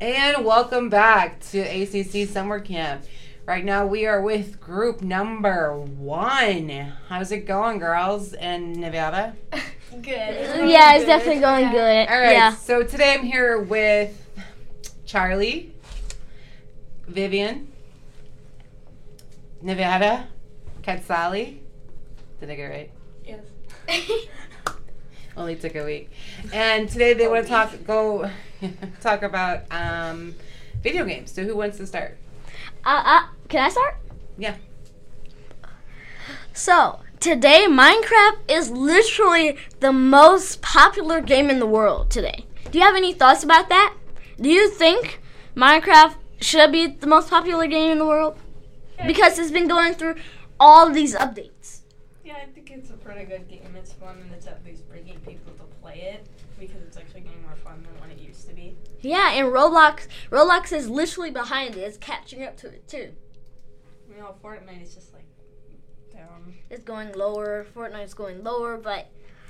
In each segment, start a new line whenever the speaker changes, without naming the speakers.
And welcome back to ACC Summer Camp. Right now we are with group number one. How's it going, girls in Nevada?
Good.
Yeah, it's definitely going good.
All right.
Yeah.
So today I'm here with Charlie, Vivian, Nevada, Katsali. Did I get it right?
Yes.
Only took a week. And today they want to talk go talk about um, video games. So who wants to start?
Uh, uh, can I start?
Yeah.
So today, Minecraft is literally the most popular game in the world today. Do you have any thoughts about that? Do you think Minecraft should be the most popular game in the world because it's been going through all these updates?
Yeah, I think it's a pretty good game. It's fun and it's at least bringing people to play it because it's actually getting more fun than what it used to be.
Yeah, and Roblox, Roblox is literally behind it. It's catching up to it too.
You know, Fortnite is just like down.
It's going lower. Fortnite's going lower, but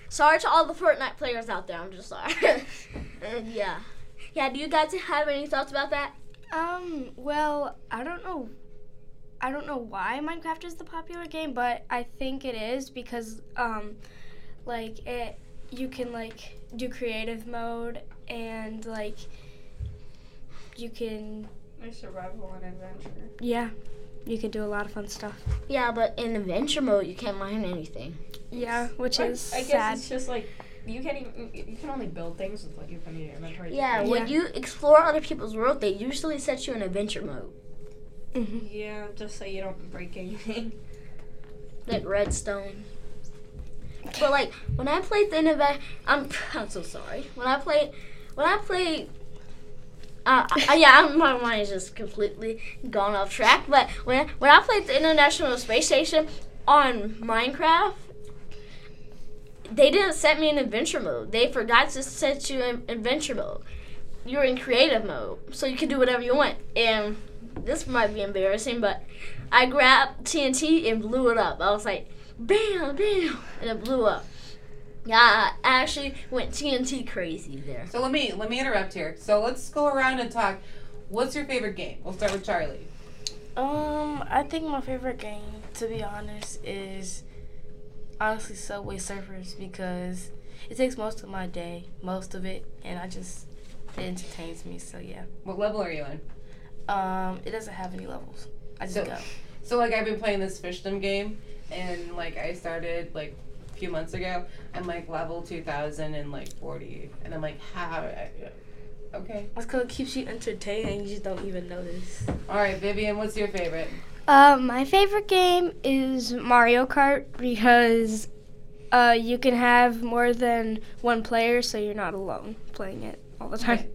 sorry to all the Fortnite players out there. I'm just sorry. And yeah. Yeah, do you guys have any thoughts about that?
Um, well, I don't know. I don't know why Minecraft is the popular game, but I think it is because um like it you can like do creative mode and like you can
There's survival and adventure.
yeah, you can do a lot of fun stuff.
Yeah, but in adventure mode, you can't mine anything.
Yeah, which
But
is
I guess
sad.
it's just like you can't even you can only build things with what you put in your inventory.
Yeah, when you explore other people's world, they usually set you in adventure mode,
Mhm.
Yeah, just so you don't break anything.
like redstone. But like when I played the inve- I'm I'm so sorry. When I played, when I played. Uh, I- yeah, I'm, my mind is just completely gone off track. But when when I played the International Space Station on Minecraft, they didn't set me in adventure mode. They forgot to set you in adventure mode. You're in creative mode, so you can do whatever you want. And this might be embarrassing, but I grabbed TNT and blew it up. I was like, bam, bam, and it blew up. Yeah, I actually went TNT crazy there.
So let me let me interrupt here. So let's go around and talk. What's your favorite game? We'll start with Charlie.
Um, I think my favorite game, to be honest, is honestly Subway Surfers because it takes most of my day, most of it, and I just it entertains me. So yeah,
What level are you on?
um, it doesn't have any levels. I just
So-
go.
So like I've been playing this fishdom game, and like I started like a few months ago. I'm like level two thousand and like forty, and I'm like how? Okay.
It's because it keeps you entertained and you just don't even notice.
All right, Vivian. What's your favorite?
Uh, my favorite game is Mario Kart because uh, you can have more than one player, so you're not alone playing it all the time.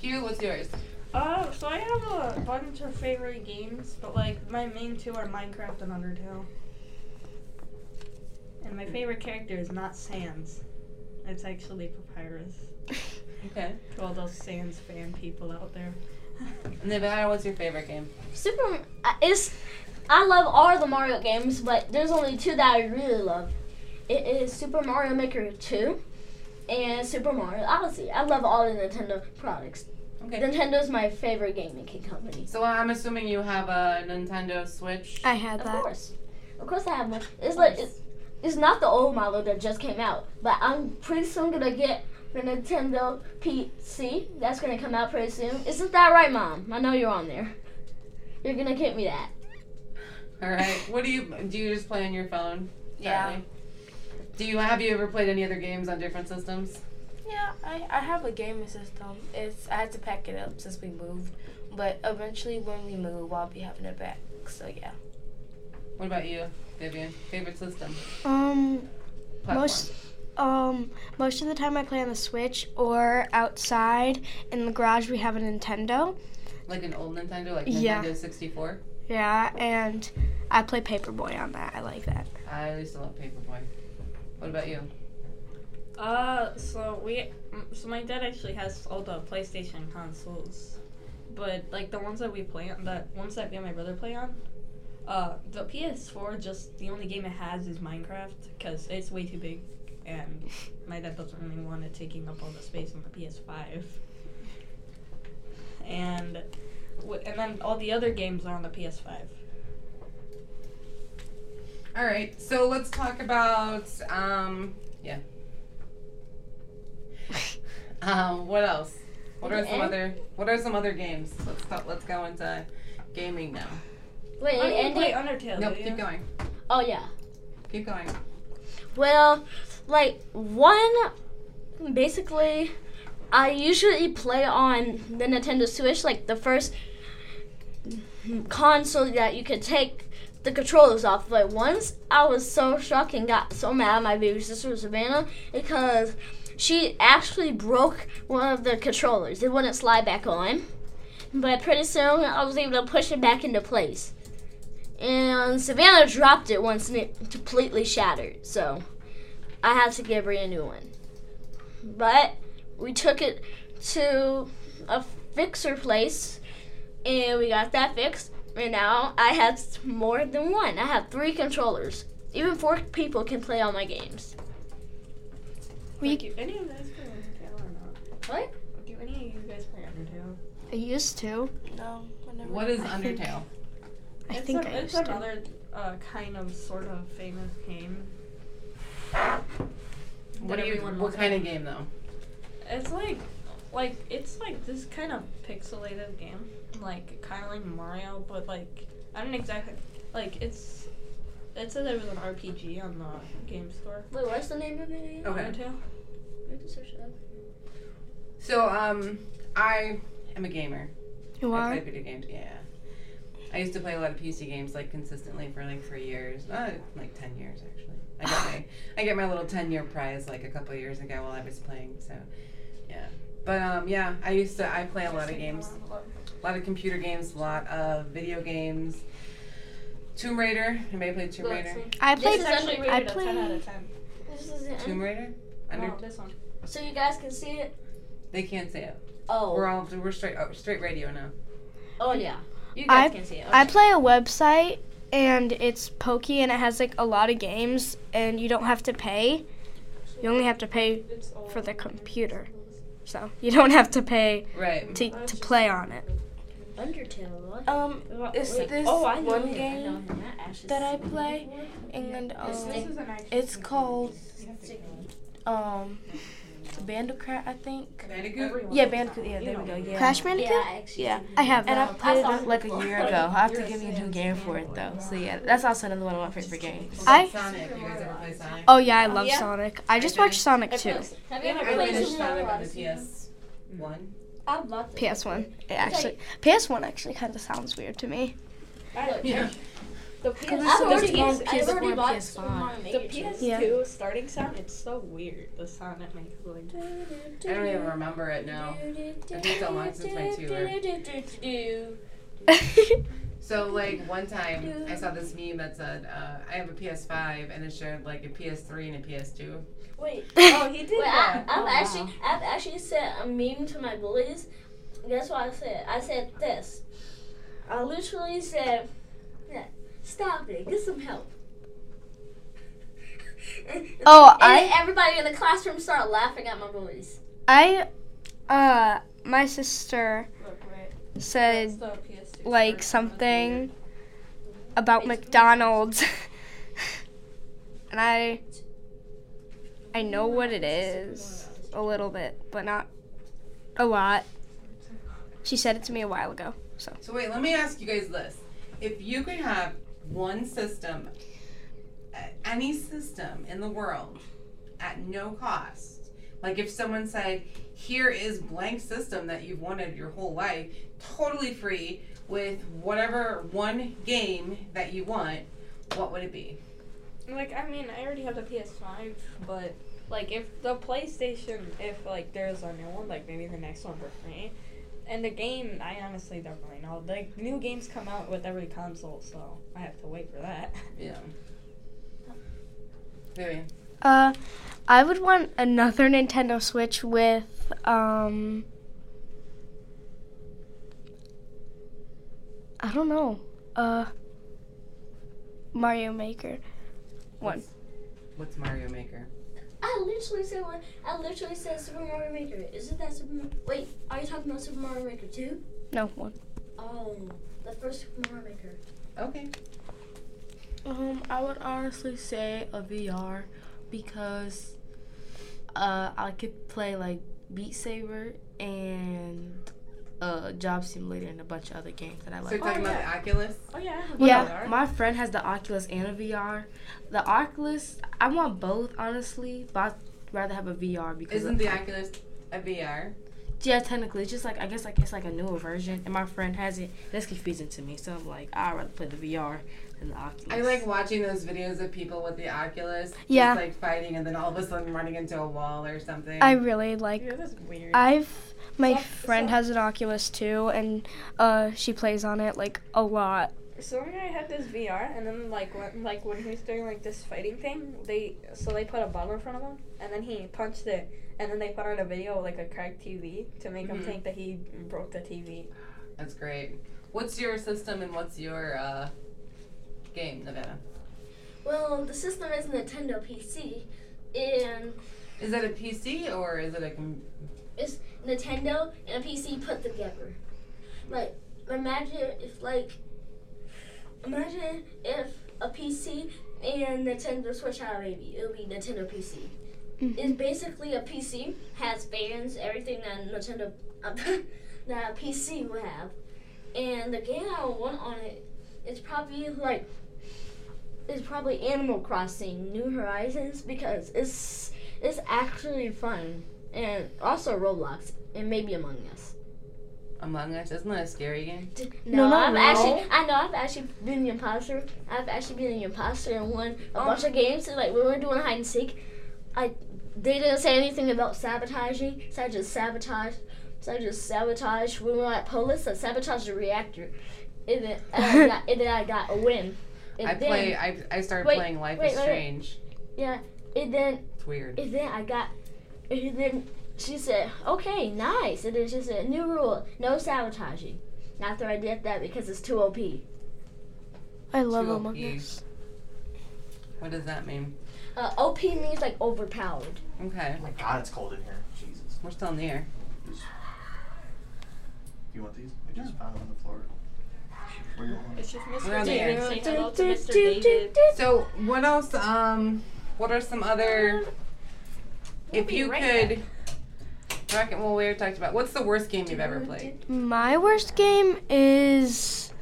Q. What's yours?
Uh, so I have a bunch of favorite games, but like my main two are Minecraft and Undertale. And my favorite character is not Sans. It's actually Papyrus.
Okay.
To all those Sans fan people out there.
Nevada. What's your favorite game?
Super, uh, it's, I love all the Mario games, but there's only two that I really love. It is Super Mario Maker 2 and Super Mario Odyssey. I love all the Nintendo products.
Okay.
Nintendo is my favorite gaming company.
So I'm assuming you have a Nintendo Switch.
I had
Of
that.
course. Of course I have one. It's like it's, it's not the old model that just came out, but I'm pretty soon gonna get the Nintendo PC. That's gonna come out pretty soon. Isn't that right, Mom? I know you're on there. You're gonna get me that.
All right. What do you do? You just play on your phone?
Yeah.
Charlie? Do you have you ever played any other games on different systems?
Yeah, I, I have a gaming system. It's I had to pack it up since we moved, but eventually when we move, I'll be having it back. So yeah.
What about you, Vivian? Favorite system?
Um,
Platform?
most um most of the time I play on the Switch or outside in the garage. We have a Nintendo.
like an old Nintendo, like Nintendo
Yeah.
64.
Yeah, and I play Paperboy on that. I like that.
I used to love Paperboy. What about you?
Uh, so we, mm, so my dad actually has all the PlayStation consoles, but like the ones that we play on, that ones that me and my brother play on, uh, the PS4 just the only game it has is Minecraft because it's way too big, and my dad doesn't really want it taking up all the space on the PS5. and then all the other games are on the PS5.
All right, so let's talk about um yeah. um, what else? What are some
Okay.
other What are some other games? Let's go, let's go into gaming now.
Wait,
I
it
don't even
ended.
play Undertale.
No,
do you?
keep going.
Oh yeah.
Keep going.
Well, like one, basically, I usually play on the Nintendo Switch, like the first console that you could take the controllers off. But once I was so shocked and got so mad at my baby sister Savannah because she actually broke one of the controllers. It wouldn't slide back on. But pretty soon I was able to push it back into place. And Savannah dropped it once and it completely shattered. So I had to get Brie a new one. But we took it to a fixer place and we got that fixed. And now I have more than one. I have three controllers. Even four people can play all my games.
We-
Like, do any of you guys play Undertale or not?
What?
Do any of you guys play Undertale?
I used to.
No, I never.
What is
I think-
Undertale?
I
it's
think
a,
I
it's
used to.
another uh, kind of sort of famous game.
What, do you,
everyone
what
wants
kind
to-
of game though?
It's like, like it's like this kind of pixelated game, like kind of like Mario, but like I don't exactly like it's. It said there was an RPG on the game store.
Wait, what's the name of it again?
Oh.
Okay.
Undertale.
So um, I am a gamer.
You
I
are?
play video games. Yeah. I used to play a lot of PC games like consistently for like three years, uh, like ten years actually. I got my I get my little ten year prize like a couple of years ago while I was playing. So, yeah. But um, yeah, I used to I play a lot of games, a lot of computer games, a lot of video games. Tomb Raider. Anybody play Tomb Raider?
I
This
played.
is actually
I played.
10.
This is it.
Tomb Raider. Under,
No, this one.
So you guys can see it?
They can't say it. We're
Oh.
all we're straight oh, straight radio now.
Oh yeah. You guys
I-
can see it.
I
Okay.
play a website and it's Pokey and it has like a lot of games and you don't have to pay. You only have to pay
It's all
for the computer. So you don't have to pay
Right.
to, to play on it.
Undertale. What?
Um, it's
Wait,
this
oh, I know
one
him. I know
game
him. I actually
that I
seen him
play,
before.
and
This
um,
thing.
it's called um, Bandicoot, I think.
Bandicoot.
Yeah, Bandicoot. Yeah, there we go. Yeah.
Crash Bandicoot?
Yeah, I actually
Yeah.
seen him.
I have
And I
that.
played
saw
it like a
it
year
before.
ago. I have to give you a new game for it though. So yeah, that's also another one of my favorite games.
I
Sonic. You guys ever play Sonic?
Oh yeah, I love
Yeah.
Sonic. I just
I
watched Sonic
Have you
2.
ever
I
played
finished
Super
Sonic on
Mario
the
Bros?
PS one.
I've loved it.
PS1. It actually PS1 actually kind of sounds weird to to me.
Yeah.
The
I've
so
already,
much more
used, I've
PS4
already
and
bought
PS5.
Super Mario
The
Maker.
PS2
Yeah.
starting sound, it's so weird. The sound it makes. Like,
I don't even remember it now. It's been so long since my
tour.
So like one time I saw this meme that said uh, I have a PS5 and it showed like a PS3 and a PS2.
Wait,
oh, he did
wait I,
that.
I've
Oh,
actually,
wow.
I've actually sent a meme to my bullies. Guess what I said? I said this. I literally said, "Yeah, "Stop it! Get some help."
Oh,
Oh,
And
I
everybody in the classroom started laughing at my bullies.
I uh my sister
Look, right. That's
said
the PS2
like
sound. That's weird.
something about McDonald's. and I I know what it is a little bit, but not a lot. She said it to me a while ago.
So wait, let me ask you guys this: If you could have one system, a- any system in the world, at no cost, like if someone said, "Here is blank system that you've wanted your whole life, totally free, with whatever one game that you want," what would it be?
Like, I mean, I already have the PS5, but like, if the PlayStation, if like there's a new one, like maybe the next one for free, and the game, I honestly don't really know. Like, new games come out with every console, so I have to wait for that.
Yeah. Very.
Uh I would want another Nintendo Switch with um I don't know. Uh Mario Maker. One.
What's, what's Mario Maker?
I literally said what I literally said Super Mario Maker. Isn't that Super Mario? Wait, are you talking about Super Mario Maker 2?
No, one.
Oh, the first Mario Maker.
Okay.
Um, I would honestly say a VR because uh, I could play like Beat Saber and uh, Job Simulator and a bunch of other games that I
So you're
like.
talking about the Oculus?
Oh yeah. I have
Well,
yeah,
VR?
my friend has the Oculus and a VR. The Oculus, I want both honestly, but I'd rather have a VR because
Isn't the
I-
Oculus a VR?
yeah, technically, it's just like I guess like it's like a newer version, and my friend has it. That's confusing to me, so I'm like, I'd rather play the VR than the Oculus.
I like watching those videos of people with the Oculus, just,
Yeah.
like fighting, and then all of a sudden running into a wall or something.
I really like.
Yeah, that's weird.
I've my
Sup-
friend
sup?
has an Oculus too, and uh, she plays on it like a lot.
So when I had this VR, and then like when like when he was doing like this fighting thing, they so they put a bottle in front of him, and then he punched it, and then they put on a video of, like a cracked TV to make him
Mhm.
think that he broke the TV.
That's great. What's your system and what's your uh, game, Nevada?
Well, the system is Nintendo PC, and
Is that a PC or is it a? Com-
it's Nintendo and a PC put together. Like, imagine if like, imagine if a PC and Nintendo Switch had a baby. It would be Nintendo PC. It's basically a PC has fans, everything that Nintendo uh, that a PC would have, and the game I would want on it is probably like is probably Animal Crossing New Horizons because it's it's actually fun and also Roblox and maybe Among Us.
Among Us isn't that a scary game?
D-
No,
No,
not
I've
no.
actually I know I've actually been an imposter. I've actually been an imposter and won a bunch of games. And like when we were doing hide and seek, I they didn't say anything about sabotaging, so I just sabotaged. So I just sabotaged. When we were at Polis, I sabotaged the reactor, and then and I got, and then I got a win. And
I
then,
play. I, I started
Wait,
playing Life
wait,
is
wait, wait.
Strange.
And then
It's weird.
And then I got, and then she said, okay, nice. And then she said, new rule, no sabotaging. After I did that because it's too OP.
I love
Two
Among
OPs.
Us.
What does that mean?
Uh, OP means like overpowered.
Okay,
Oh my god, it's cold in here. Jesus.
we're still in the air.
You want these? I just found them on the floor. Where you want them?
It's just
We're on
Mr.
the
David
air.
saying hello to Mr. David.
So what else? Um, what are some other? if
be
you
right
could, Rocket. Well, we already talked about. What's the worst game you've ever played?
My worst game is.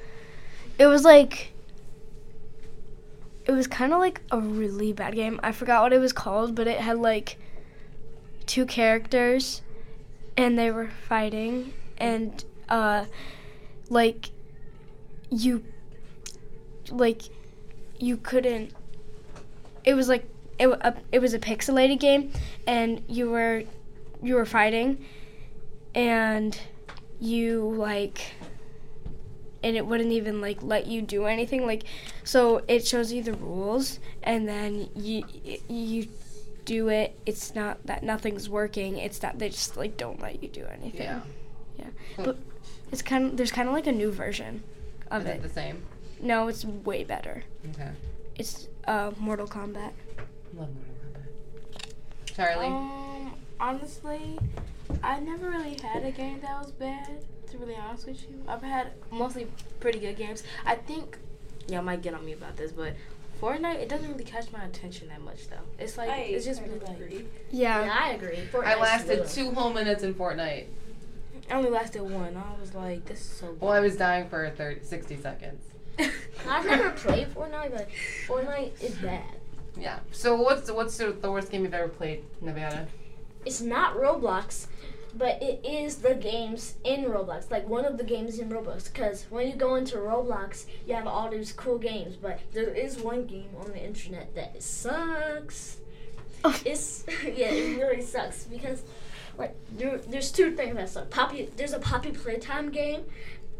It was like. It was kind of like a really bad game. I forgot what it was called, but it had like two characters and they were fighting and uh like you like you couldn't it was like it, wa- a, it was a pixelated game and you were you were fighting and you like and it wouldn't even like let you do anything like so it shows you the rules and then you you do it it's not that nothing's working it's that they just like don't let you do anything
Yeah.
it's kind of there's kind of like a new version of
Is it
it
the same?
no it's way better
Okay.
it's uh mortal kombat
Love Mortal Kombat. Charlie.
Um, honestly, I never really had a game that was bad. To be really honest with you, I've had mostly pretty good games. I think y'all might get on me about this, but Fortnite it doesn't really catch my attention that much though. It's like
I
it's just
kind
really
of
like
agree.
yeah,
Yeah, I agree.
I
Fortnite's
lasted
little.
two whole minutes in Fortnite.
I only lasted one. I was like, this is so.
Well, I was dying for 30, 60 seconds.
I've never played Fortnite, but Fortnite is bad.
Yeah. So what's what's the the worst game you've ever played, Nevada?
It's not Roblox, but it is the games in Roblox. Like one of the games in Roblox. Because when you go into Roblox, you have all these cool games, but there is one game on the internet that sucks. It's yeah, it really sucks because like there, there's two things that suck. Poppy, there's a Poppy Playtime game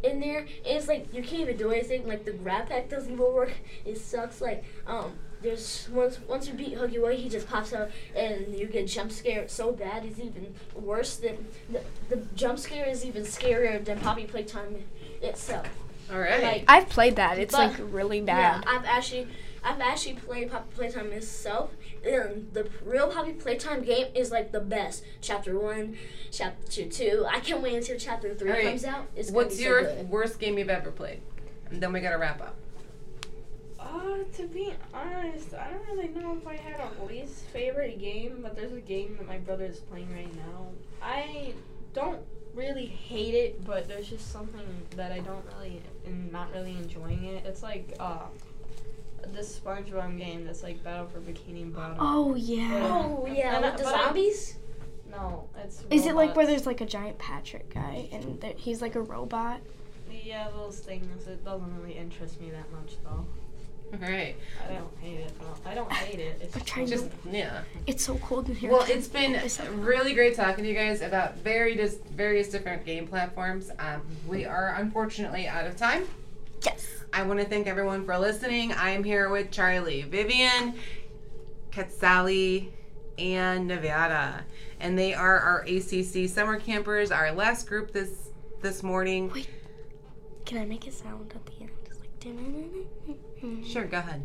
in there. And it's like you can't even do anything. Like the grab pack doesn't even work. It sucks. Like um, there's once once you beat Huggy Way, he just pops out and you get jump scared so bad. It's even worse than the, the jump scare is even scarier than Poppy Playtime itself.
All right.
Like
i've played that it's
But-
like really bad
yeah, I've actually I've actually played Poppy Playtime myself, and the real Poppy Playtime game is like the best. Chapter one, chapter two. I can't wait until chapter three
Alright,
comes out. It's
What's
gonna
your
be so good.
worst game you've ever played? And then we gotta wrap up.
Uh, to be honest, I don't really know if I had a least favorite game, but there's a game that my brother is playing right now. I don't really hate it, but there's just something that I don't really, am not really enjoying it. It's like, uh, this SpongeBob game that's like Battle for Bikini Bottom.
Oh yeah.
Oh yeah,
And I-
with the
but I-
zombies.
No, it's.
Is it like where
robots.
there's like a giant Patrick guy and there, he's like a robot?
Yeah, those things. It doesn't really interest me that much though.
All right.
I don't hate it. Though. I don't hate it. It's
I'm trying
Just yeah.
It's so cold in here.
Well, it's been really great talking to you guys about very dis- various different game platforms. Um, we are unfortunately out of time.
yes.
I want to thank everyone for listening. I am here with Charlie, Vivian, Katsali, and Nevada, and they are our ACC summer campers. Our last group this this morning.
Can I make a sound at the end? It's like
Sure, go ahead.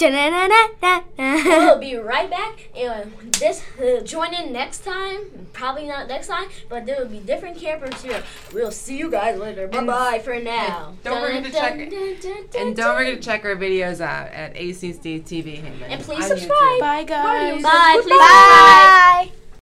We'll
da-na-na-na-na-na.
be right back. And this uh, join in next time. Probably not next time, but there will be different campers here. We'll see you guys later. Bye bye for now.
don't forget to check it.
check.
And don't forget to check our videos out at ACC TV Heyman
And please
on
subscribe.
YouTube.
Bye, guys.
Bye. Please subscribe.
Bye.